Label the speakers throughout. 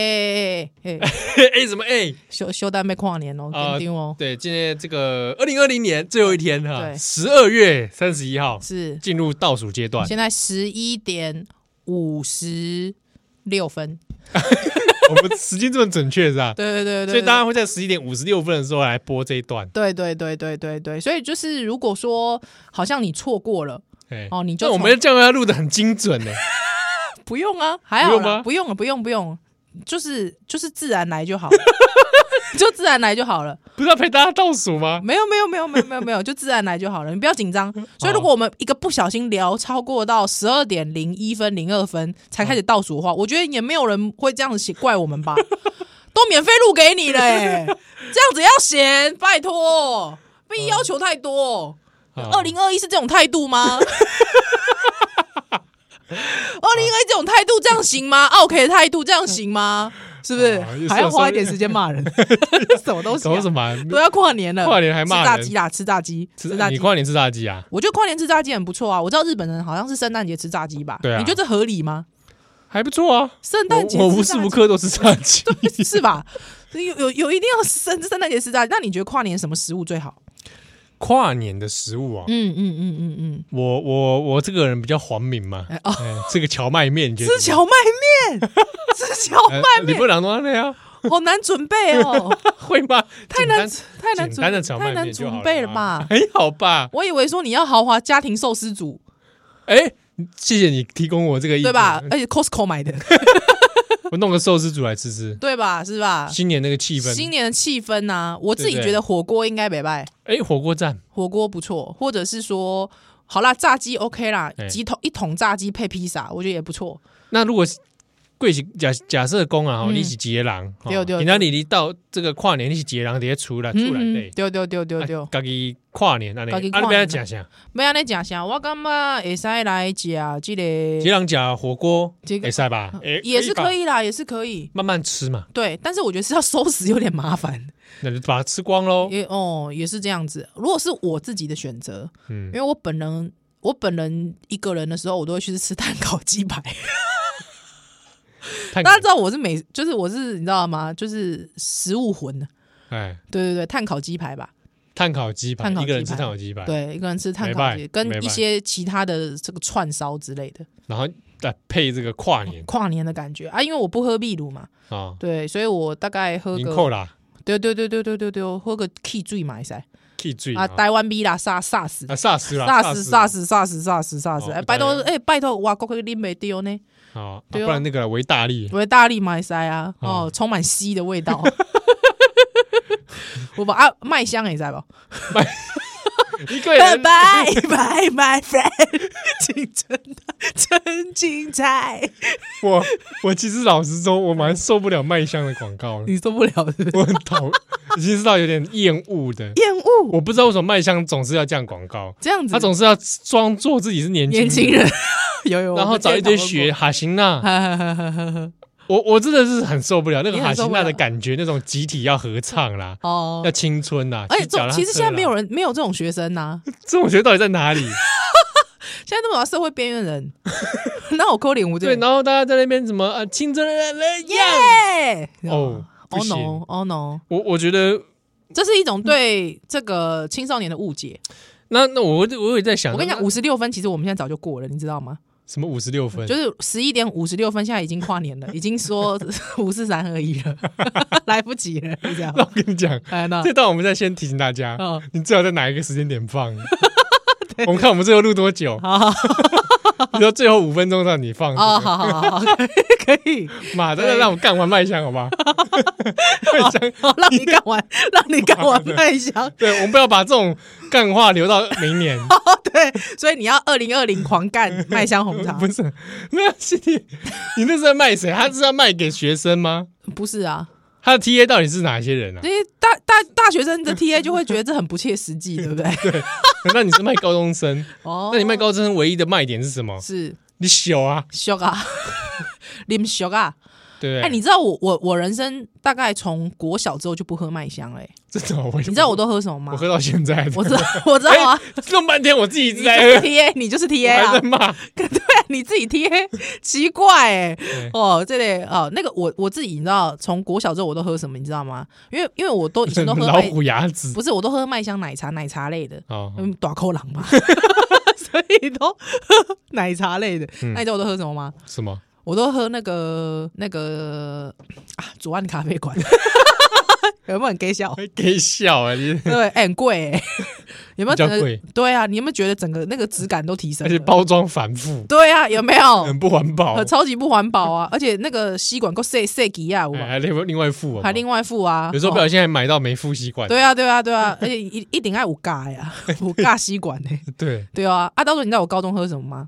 Speaker 1: 哎哎，
Speaker 2: 哎，什么哎？
Speaker 1: 休休单被跨年哦，
Speaker 2: 啊
Speaker 1: 肯定哦，
Speaker 2: 对，今天这个二零二零年最后一天哈，
Speaker 1: 对
Speaker 2: 十二月三十一号
Speaker 1: 是
Speaker 2: 进入倒数阶段，
Speaker 1: 现在十一点五十六分，
Speaker 2: 我们时间这么准确是吧？
Speaker 1: 对对对对对，
Speaker 2: 所以大家会在十一点五十六分的时候来播这一段。
Speaker 1: 对对对对对对，所以就是如果说好像你错过了
Speaker 2: 哎，
Speaker 1: 哦，你就
Speaker 2: 那我
Speaker 1: 从
Speaker 2: 们这样要录的很精准呢。
Speaker 1: 不用啊，还
Speaker 2: 不
Speaker 1: 好
Speaker 2: 用吗
Speaker 1: 啦，不用了，不用不用，就是就是自然来 就好，就自然来就好了。
Speaker 2: 不是要陪大家倒数吗？
Speaker 1: 没有没有没有没有没有没有，就自然来就好了，你不要紧 张。所以如果我们一个不小心聊超过到十二点零一分零二分才开始倒数的话，我觉得也没有人会这样子怪我 们吧？都免费录给你了、欸，这样子要嫌，拜托，被要求太多。
Speaker 2: 好
Speaker 1: 二零二一是这种态度吗？ 二零二一这种态度，这样行吗？OK 啊的态度，这样行吗？是不是
Speaker 2: 哦也是
Speaker 1: 还要花一点时间骂 人？什么东西啊、
Speaker 2: 搞什么啊？
Speaker 1: 都要跨年了，
Speaker 2: 跨年还骂
Speaker 1: 吃炸
Speaker 2: 人
Speaker 1: 鸡啦，吃炸鸡，
Speaker 2: 吃
Speaker 1: 吃炸
Speaker 2: 你
Speaker 1: 鸡。
Speaker 2: 跨年吃炸鸡啊？
Speaker 1: 我觉得跨年吃炸鸡很不错啊！我知道日本人好像是圣诞节吃炸鸡吧？
Speaker 2: 对啊
Speaker 1: 你觉得这合理吗？
Speaker 2: 还不错啊。
Speaker 1: 圣诞节
Speaker 2: 我我
Speaker 1: 吃
Speaker 2: 无
Speaker 1: 炸
Speaker 2: 时
Speaker 1: 鸡
Speaker 2: 无刻都吃炸鸡。
Speaker 1: 是吧？有有有一定要圣圣诞节吃炸鸡。那你觉得跨年什么食物最好？
Speaker 2: 跨年的食物啊，
Speaker 1: 嗯嗯嗯嗯嗯，
Speaker 2: 我我我这个人比较皇民嘛，
Speaker 1: 哎哦，
Speaker 2: 哎吃个荞麦面，你觉得
Speaker 1: 吃
Speaker 2: 怎么
Speaker 1: 荞麦 面，吃荞
Speaker 2: 样
Speaker 1: 麦
Speaker 2: 哎你
Speaker 1: 面，
Speaker 2: 不能说那样
Speaker 1: 好难准备哦，
Speaker 2: 会吗？
Speaker 1: 太难
Speaker 2: 简
Speaker 1: 太
Speaker 2: 单
Speaker 1: 难
Speaker 2: 简单的
Speaker 1: 准
Speaker 2: 荞
Speaker 1: 太
Speaker 2: 麦
Speaker 1: 难
Speaker 2: 面就好啊
Speaker 1: 准备了
Speaker 2: 嘛
Speaker 1: 吧？
Speaker 2: 还好吧？
Speaker 1: 我以为说你要豪华家庭寿司组，
Speaker 2: 哎，谢谢你提供我这个意
Speaker 1: 对
Speaker 2: 见，
Speaker 1: 吧？而且 Costco 买 的，
Speaker 2: 我弄个寿司煮来吃吃，
Speaker 1: 对吧？是吧？
Speaker 2: 新年那个气氛。
Speaker 1: 啊新年的气氛呐、我自己
Speaker 2: 对对
Speaker 1: 觉得火锅应该北拜，
Speaker 2: 哎，火锅站
Speaker 1: 火锅不错，或者是说，好啦，炸鸡 OK 啦
Speaker 2: 哎，
Speaker 1: 几桶一桶炸鸡配披萨，我觉得也不错。
Speaker 2: 那如果是贵是假假设公啊，吼
Speaker 1: 嗯
Speaker 2: 你是结人，
Speaker 1: 对对对
Speaker 2: 人家你离到这个跨年你是结人，底下出来出来
Speaker 1: 嗯
Speaker 2: 啊对
Speaker 1: 嗯，。丢丢丢丢丢
Speaker 2: 啊，家己跨年啊，你
Speaker 1: 家己
Speaker 2: 啊，
Speaker 1: 跨年
Speaker 2: 你不要讲啥，
Speaker 1: 没安尼讲啥，我感觉会使来讲这
Speaker 2: 一
Speaker 1: 个，
Speaker 2: 人讲火锅，
Speaker 1: 这个啊
Speaker 2: 会塞吧？哎
Speaker 1: 也是可，
Speaker 2: 吧
Speaker 1: 以啦，也是可以。
Speaker 2: 慢慢吃嘛，
Speaker 1: 对，但是我觉得是要收拾有点麻烦，
Speaker 2: 那就把它吃光喽。
Speaker 1: 也哦也是这样子。如果是我自己的选择，
Speaker 2: 嗯
Speaker 1: 因，为我本人我本人一个人的时候，我都会去吃蛋烤鸡排。
Speaker 2: 太
Speaker 1: 大家知道我是美，就是我是你知道吗？就是食物魂的，
Speaker 2: 哎，
Speaker 1: 对对对，碳烤鸡排吧，
Speaker 2: 碳烤鸡排，
Speaker 1: 碳烤
Speaker 2: 一
Speaker 1: 鸡排
Speaker 2: 个人吃碳烤鸡排，
Speaker 1: 对，一个人吃碳烤鸡，
Speaker 2: 哎没办没办
Speaker 1: 跟一些其他的这个串烧之类的，
Speaker 2: 然后再配这个跨年
Speaker 1: 跨年的感觉啊。因为我不喝秘鲁嘛，
Speaker 2: 啊，
Speaker 1: 对，所以我大概喝
Speaker 2: 零
Speaker 1: 个，
Speaker 2: 扣啦，
Speaker 1: 对对对对对对对，喝个 K 醉嘛，塞
Speaker 2: 气醉
Speaker 1: 啊，台湾米啦，萨萨死。
Speaker 2: 啊，煞死啦，
Speaker 1: 萨死萨
Speaker 2: 死
Speaker 1: 死萨死萨死萨死！
Speaker 2: 哦
Speaker 1: 哎，
Speaker 2: 不
Speaker 1: 拜托
Speaker 2: 得了
Speaker 1: 哎，拜托，哇，哥哥你没丢呢？
Speaker 2: 啊，啊不
Speaker 1: 对哦
Speaker 2: 然那个维大 利
Speaker 1: 我的大力麦塞啊，
Speaker 2: 哦
Speaker 1: 哦，充满硒的味 道。我把啊麦香也在吧，
Speaker 2: 一个
Speaker 1: 拜
Speaker 2: 人
Speaker 1: 拜拜 my friend，青 春的真精彩，
Speaker 2: 我我其实老实说，我蛮受不了麦香的广告 了，
Speaker 1: 你受不了是不是？
Speaker 2: 我很讨，已经是到有点厌恶的。
Speaker 1: 厌恶
Speaker 2: 我不知道为什么麦香总是要这样广告，
Speaker 1: 这样子，
Speaker 2: 他总是要装作自己是年
Speaker 1: 嗯
Speaker 2: 轻
Speaker 1: 年
Speaker 2: 人，
Speaker 1: 轻人 有有，
Speaker 2: 然后找一堆学，哈辛娜。 我我真的是很受不了那个
Speaker 1: 你
Speaker 2: 哈
Speaker 1: 很受
Speaker 2: 辛
Speaker 1: 不
Speaker 2: 娜
Speaker 1: 了
Speaker 2: 的感觉，那种集体要合唱啦，
Speaker 1: 哦
Speaker 2: 要。青春啦。
Speaker 1: 而
Speaker 2: 骑
Speaker 1: 且
Speaker 2: 脚
Speaker 1: 这
Speaker 2: 踏
Speaker 1: 其实现在
Speaker 2: 车啦
Speaker 1: 没有人没有这种学生呐、
Speaker 2: 这种学校到底在哪里？
Speaker 1: 现在都有社会边缘人， 那我扣脸我就
Speaker 2: 对，然后大家在那边怎么啊，青春的人样？
Speaker 1: 耶
Speaker 2: 哦不
Speaker 1: ，oh
Speaker 2: 行
Speaker 1: no oh no，
Speaker 2: 我我觉得，
Speaker 1: 这是一种对这个青少年的误解。
Speaker 2: 那那我我也在想，
Speaker 1: 我跟你讲，
Speaker 2: 那
Speaker 1: 五十六分其实我们现在早就过了，你知道吗？
Speaker 2: 什么五十六分，
Speaker 1: 就是十一点五十六分，现在已经跨年了，已经说 五四三二一了， 来不及了，就这样
Speaker 2: 那。我跟你讲，
Speaker 1: 哎，那
Speaker 2: 这段我们再先提醒大家，
Speaker 1: 嗯，
Speaker 2: 你最好在哪一个时间点 放。我们看我们最后录多久？你说最后五分钟让你放
Speaker 1: 哦，
Speaker 2: 这个，
Speaker 1: 好好好，好可以 可以，
Speaker 2: 妈的，再让我干完麦香好 不好？麦香，
Speaker 1: 好，让你干完，让你干完麦香。
Speaker 2: 对，我们不要把这种干话留到明 年，
Speaker 1: 哦对，所以你要二零二零狂干麦香红茶
Speaker 2: 不，是？没有，是你，你那是在卖谁？他是要卖给学生吗？
Speaker 1: 不是啊？
Speaker 2: 他的 TA 到底是哪些人啊
Speaker 1: 因？为大大大学生的 TA 就会觉得这很不切实际，对不对？
Speaker 2: 那你是卖高中生，
Speaker 1: 哦
Speaker 2: 那你卖高中生唯一的卖点是什么？
Speaker 1: 是
Speaker 2: 你小啊，
Speaker 1: 俗啊，啉俗啊，
Speaker 2: 对不对？
Speaker 1: 哎，你知道我我我人生大概从国小之后就不喝麦香欸嘞、
Speaker 2: 真的，我你
Speaker 1: 你知道我都喝什么吗
Speaker 2: 我？喝到现在，
Speaker 1: 我知道，我知道啊，
Speaker 2: 弄半天我自己一
Speaker 1: 你
Speaker 2: 直
Speaker 1: 就
Speaker 2: 在
Speaker 1: 是
Speaker 2: 喝，
Speaker 1: TA，你就是
Speaker 2: 我
Speaker 1: TA
Speaker 2: 还
Speaker 1: 啊
Speaker 2: 在，骂。
Speaker 1: 你自己 TA，奇怪哎、
Speaker 2: 对
Speaker 1: 哦，这类哦，那个我我自己你知道，从国小之后我都喝什么，你知道吗？因为因为我都以前都喝
Speaker 2: 老
Speaker 1: 麦，
Speaker 2: 虎牙子
Speaker 1: 不是我都喝麦香奶茶、奶茶类的，
Speaker 2: 哦，
Speaker 1: 嗯，短口狼 嘛，所以都 喝奶茶类的。
Speaker 2: 嗯
Speaker 1: 那你知道我都喝什么吗？
Speaker 2: 什么？
Speaker 1: 我都喝那个那个啊，左岸咖啡 馆， 有没有很 gay 笑？
Speaker 2: 还给笑 啊你！
Speaker 1: 对，哎很贵、欸，有没有
Speaker 2: 比
Speaker 1: 整
Speaker 2: 较
Speaker 1: 个
Speaker 2: 贵？
Speaker 1: 对啊，你有没有觉得整个那个质感都提升
Speaker 2: 而且
Speaker 1: 了？
Speaker 2: 包装反复，
Speaker 1: 对啊，有没有？
Speaker 2: 很不环保
Speaker 1: 呃，。超级不环保啊！而且那个吸管够塞啊塞吉亚，我
Speaker 2: 哎还另另外付，
Speaker 1: 还另外付啊。
Speaker 2: 有时候不
Speaker 1: 哦
Speaker 2: 小心还买到没付吸管。
Speaker 1: 对啊，对啊，对啊，而且一一定爱五嘎呀，五嘎吸管呢、
Speaker 2: 对，
Speaker 1: 对啊，啊，到时候你知道我高中喝什么吗？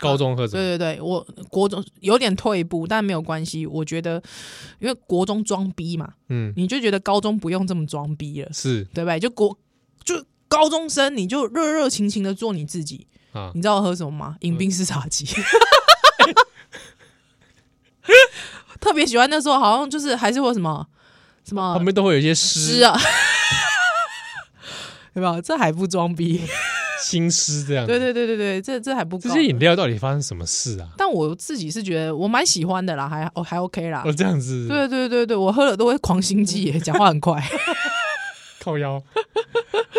Speaker 2: 高中喝什么？
Speaker 1: 对对对，我国中有点退步，但没有关系。我觉得，因为国中装逼嘛，
Speaker 2: 嗯，
Speaker 1: 你就觉得高中不用这么装逼了，
Speaker 2: 是
Speaker 1: 对不对？就国就高中生，你就热热情情的做你自己。
Speaker 2: 啊，
Speaker 1: 你知道我喝什么吗？饮冰式茶几。特别喜欢那时候，好像就是还是会有什么什
Speaker 2: 旁
Speaker 1: 么
Speaker 2: 边都会有一些
Speaker 1: 诗
Speaker 2: 诗、
Speaker 1: 啊， 对吧？这还不装逼？
Speaker 2: 新诗这样。
Speaker 1: 对，对对对对，这这还不够
Speaker 2: 这。些饮料到底发生什么事啊？
Speaker 1: 但我自己是觉得我蛮喜欢的啦，还哦还 OK 啦
Speaker 2: 哦，。这样子，
Speaker 1: 对对对对，我喝了都会狂心悸耶，讲话很 快。
Speaker 2: 靠腰。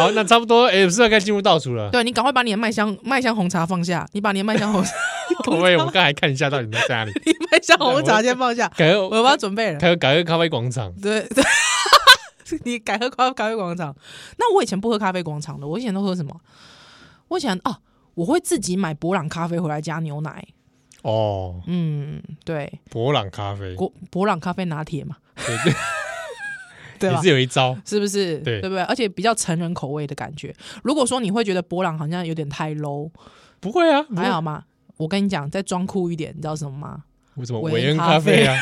Speaker 2: 好，那差不多，哎，是不是该进入倒数了？
Speaker 1: 对你赶快把你的麦香麦香红茶放下，你把你的麦香红
Speaker 2: 各位， 我刚才看一下到底在哪里，
Speaker 1: 你麦香红茶先放下，
Speaker 2: 改
Speaker 1: 我要准备了。
Speaker 2: 改改个咖啡广场。
Speaker 1: 对 对，你改喝咖咖啡广场。那我以前不喝咖啡广场的，我以前都喝什么？我以前啊，我会自己买博朗咖啡回来加牛奶。
Speaker 2: 哦，
Speaker 1: 嗯，对，
Speaker 2: 博朗咖 啡，
Speaker 1: 博博朗咖啡拿铁嘛，
Speaker 2: 对对，
Speaker 1: 对啊
Speaker 2: 也
Speaker 1: 吧
Speaker 2: 是？有一招。
Speaker 1: 是不是？
Speaker 2: 对
Speaker 1: 对不对？而且比较成人口味的感觉。如果说你会觉得博朗好像有点太 low，
Speaker 2: 不会啊，不会
Speaker 1: 还好吗？我跟你讲，再装酷一点，你知道什么吗？
Speaker 2: 为什么
Speaker 1: 韦
Speaker 2: 韦恩
Speaker 1: 恩
Speaker 2: 咖
Speaker 1: 咖啡
Speaker 2: 啡啊？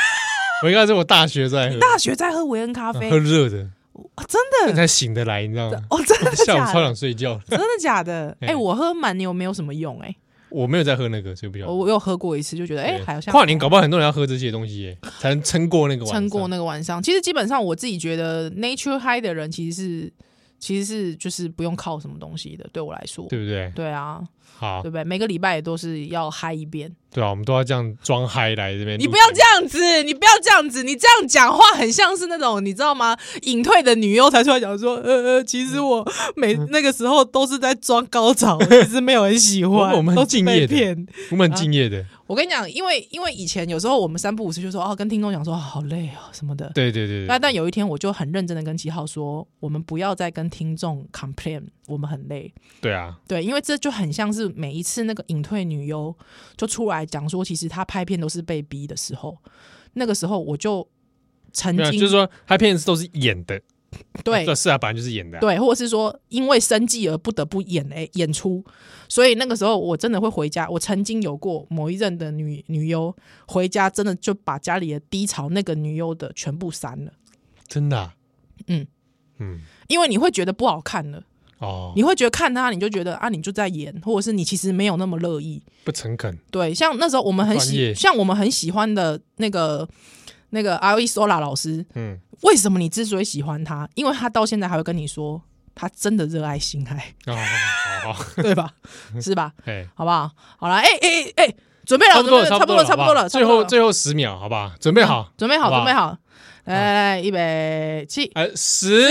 Speaker 2: 韦恩咖啡是我大学在喝，
Speaker 1: 大学在喝维恩咖啡，
Speaker 2: 嗯喝热的，
Speaker 1: 哇真
Speaker 2: 那
Speaker 1: 的
Speaker 2: 才醒得来，你知道吗？
Speaker 1: 哦，真的
Speaker 2: 下午
Speaker 1: 假
Speaker 2: 超
Speaker 1: 的？
Speaker 2: 想睡觉，
Speaker 1: 真的假的？
Speaker 2: 哎
Speaker 1: 哎、我喝蛮牛没有什么用、哎。
Speaker 2: 我没有在喝那个，所以不晓
Speaker 1: 哦我我
Speaker 2: 得。
Speaker 1: 有喝过一次，就觉得哎、
Speaker 2: 对
Speaker 1: 好像
Speaker 2: 跨年搞不好很多人要喝这些东西耶，才能撑过那个晚上
Speaker 1: 撑过那个晚上。其实基本上我自己觉得，nature high 的人其实是其实是就是不用靠什么东西的，对我来说，
Speaker 2: 对不对？
Speaker 1: 对啊，
Speaker 2: 好
Speaker 1: 对，不对？每个礼拜也都是要嗨一遍。
Speaker 2: 对啊，我们都要这样装嗨来这边。
Speaker 1: 你不要这，样子，你不要这样子，你这样讲话很像是那种你知道吗？隐退的女优才出来讲说，呃呃，其实
Speaker 2: 嗯
Speaker 1: 我每那个时候都是在装高潮， 其实没有很喜欢，
Speaker 2: 我们很
Speaker 1: 都是
Speaker 2: 敬
Speaker 1: 被
Speaker 2: 业的
Speaker 1: 骗。
Speaker 2: 我们很敬业的。
Speaker 1: 我跟你讲，因为因为以前有时候我们三不五时就说哦，跟听众讲说、哦好累哦什么的，
Speaker 2: 对对对
Speaker 1: 那
Speaker 2: 对，
Speaker 1: 但有一天，我就很认真的跟七号说，我们不要再跟听众 complain，我们很累。
Speaker 2: 对啊，
Speaker 1: 对，因为这就很像是每一次那个隐退女优就出来讲说，其实她拍片都是被逼的时候，那个时候我就曾
Speaker 2: 没有，
Speaker 1: 经
Speaker 2: 就是说嗨片都是演的，
Speaker 1: 对
Speaker 2: 这是啊，本来就是演的啊。
Speaker 1: 对，或者是说因为生计而不得不演诶、演出，所以那个时候我真的会回家。我曾经有过某一任的女女优回家，真的就把家里的低潮那个女优的全部删了，
Speaker 2: 真的啊。
Speaker 1: 嗯
Speaker 2: 嗯
Speaker 1: 因为你会觉得不好看了。
Speaker 2: 哦，
Speaker 1: 你会觉得看他，你就觉得啊，你就在演，或者是你其实没有那么乐意。
Speaker 2: 不诚恳。
Speaker 1: 对，像那时候我们很
Speaker 2: 专业
Speaker 1: 喜，像我们很喜欢的那个那个 R E Sola 老师，
Speaker 2: 嗯，
Speaker 1: 为什么你之所以喜欢他？因为他到现在还会跟你说，他真的热爱性 爱，
Speaker 2: 哦，好好好，
Speaker 1: 对吧？是吧？
Speaker 2: 哎。
Speaker 1: 好不好？好了，哎哎哎，准备了，
Speaker 2: 差不多了，
Speaker 1: 准备了差
Speaker 2: 差
Speaker 1: 不多
Speaker 2: 不多
Speaker 1: 了，
Speaker 2: 了，
Speaker 1: 差
Speaker 2: 最
Speaker 1: 不多
Speaker 2: 后
Speaker 1: 了
Speaker 2: 最后十秒，好不好？准备好，
Speaker 1: 准备好，
Speaker 2: 好不
Speaker 1: 准
Speaker 2: 好
Speaker 1: 备好，来来来，预备起，
Speaker 2: 呃，十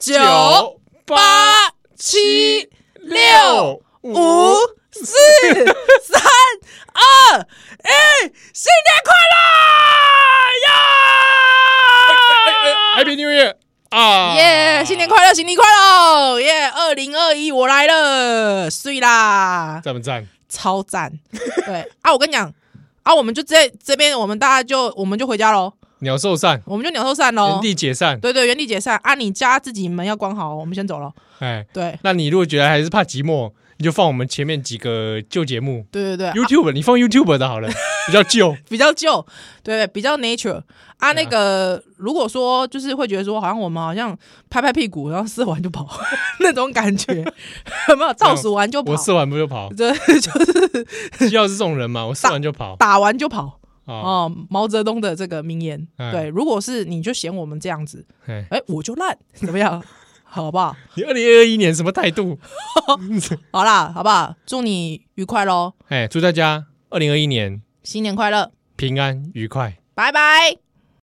Speaker 1: 九
Speaker 2: 九八
Speaker 1: 八七六
Speaker 2: 六
Speaker 1: 五
Speaker 2: 五，
Speaker 1: 四三二一，新年快
Speaker 2: 哎
Speaker 1: 乐！
Speaker 2: ，Happy New Year 啊！
Speaker 1: 耶！耶，新年快乐，新年快乐！耶，二零二一我来了，碎啦，
Speaker 2: 赞不赞？
Speaker 1: 超赞！对啊，我跟你讲啊，我们就这这边，我们大家就我们就回家喽，
Speaker 2: 鸟兽散，
Speaker 1: 我们就鸟兽散喽
Speaker 2: 原。地解散。
Speaker 1: 对对，原地解散啊！你家自己门要关好哦，我们先走了。
Speaker 2: 哎，
Speaker 1: 对
Speaker 2: 那你如果觉得还是怕寂寞，你就放我们前面几个旧节目
Speaker 1: 对对啊对，
Speaker 2: ，YouTube，你放 YouTube 的好了，比较旧。
Speaker 1: 比较旧，对，比较 nature 啊。那个如果说就是会觉得说，好像我们好像拍拍屁股，然后射完就跑 那种感 觉，有没有？倒数完就跑
Speaker 2: 我，射完不就跑？
Speaker 1: 对，就是
Speaker 2: 需要是这种人嘛，我射完就跑。
Speaker 1: 打完就跑，
Speaker 2: 啊，
Speaker 1: 哦，毛泽东的这个名言，
Speaker 2: 哎
Speaker 1: 对，如果是你就嫌我们这样子，
Speaker 2: 哎，
Speaker 1: 哎，我就烂，怎么样？ 好不好？
Speaker 2: 你二零二一年什么态度？
Speaker 1: 好啦，好不好？祝你愉快喽，
Speaker 2: 哎，祝大家二零二一年
Speaker 1: 新年快乐，
Speaker 2: 平安愉快。
Speaker 1: 拜拜。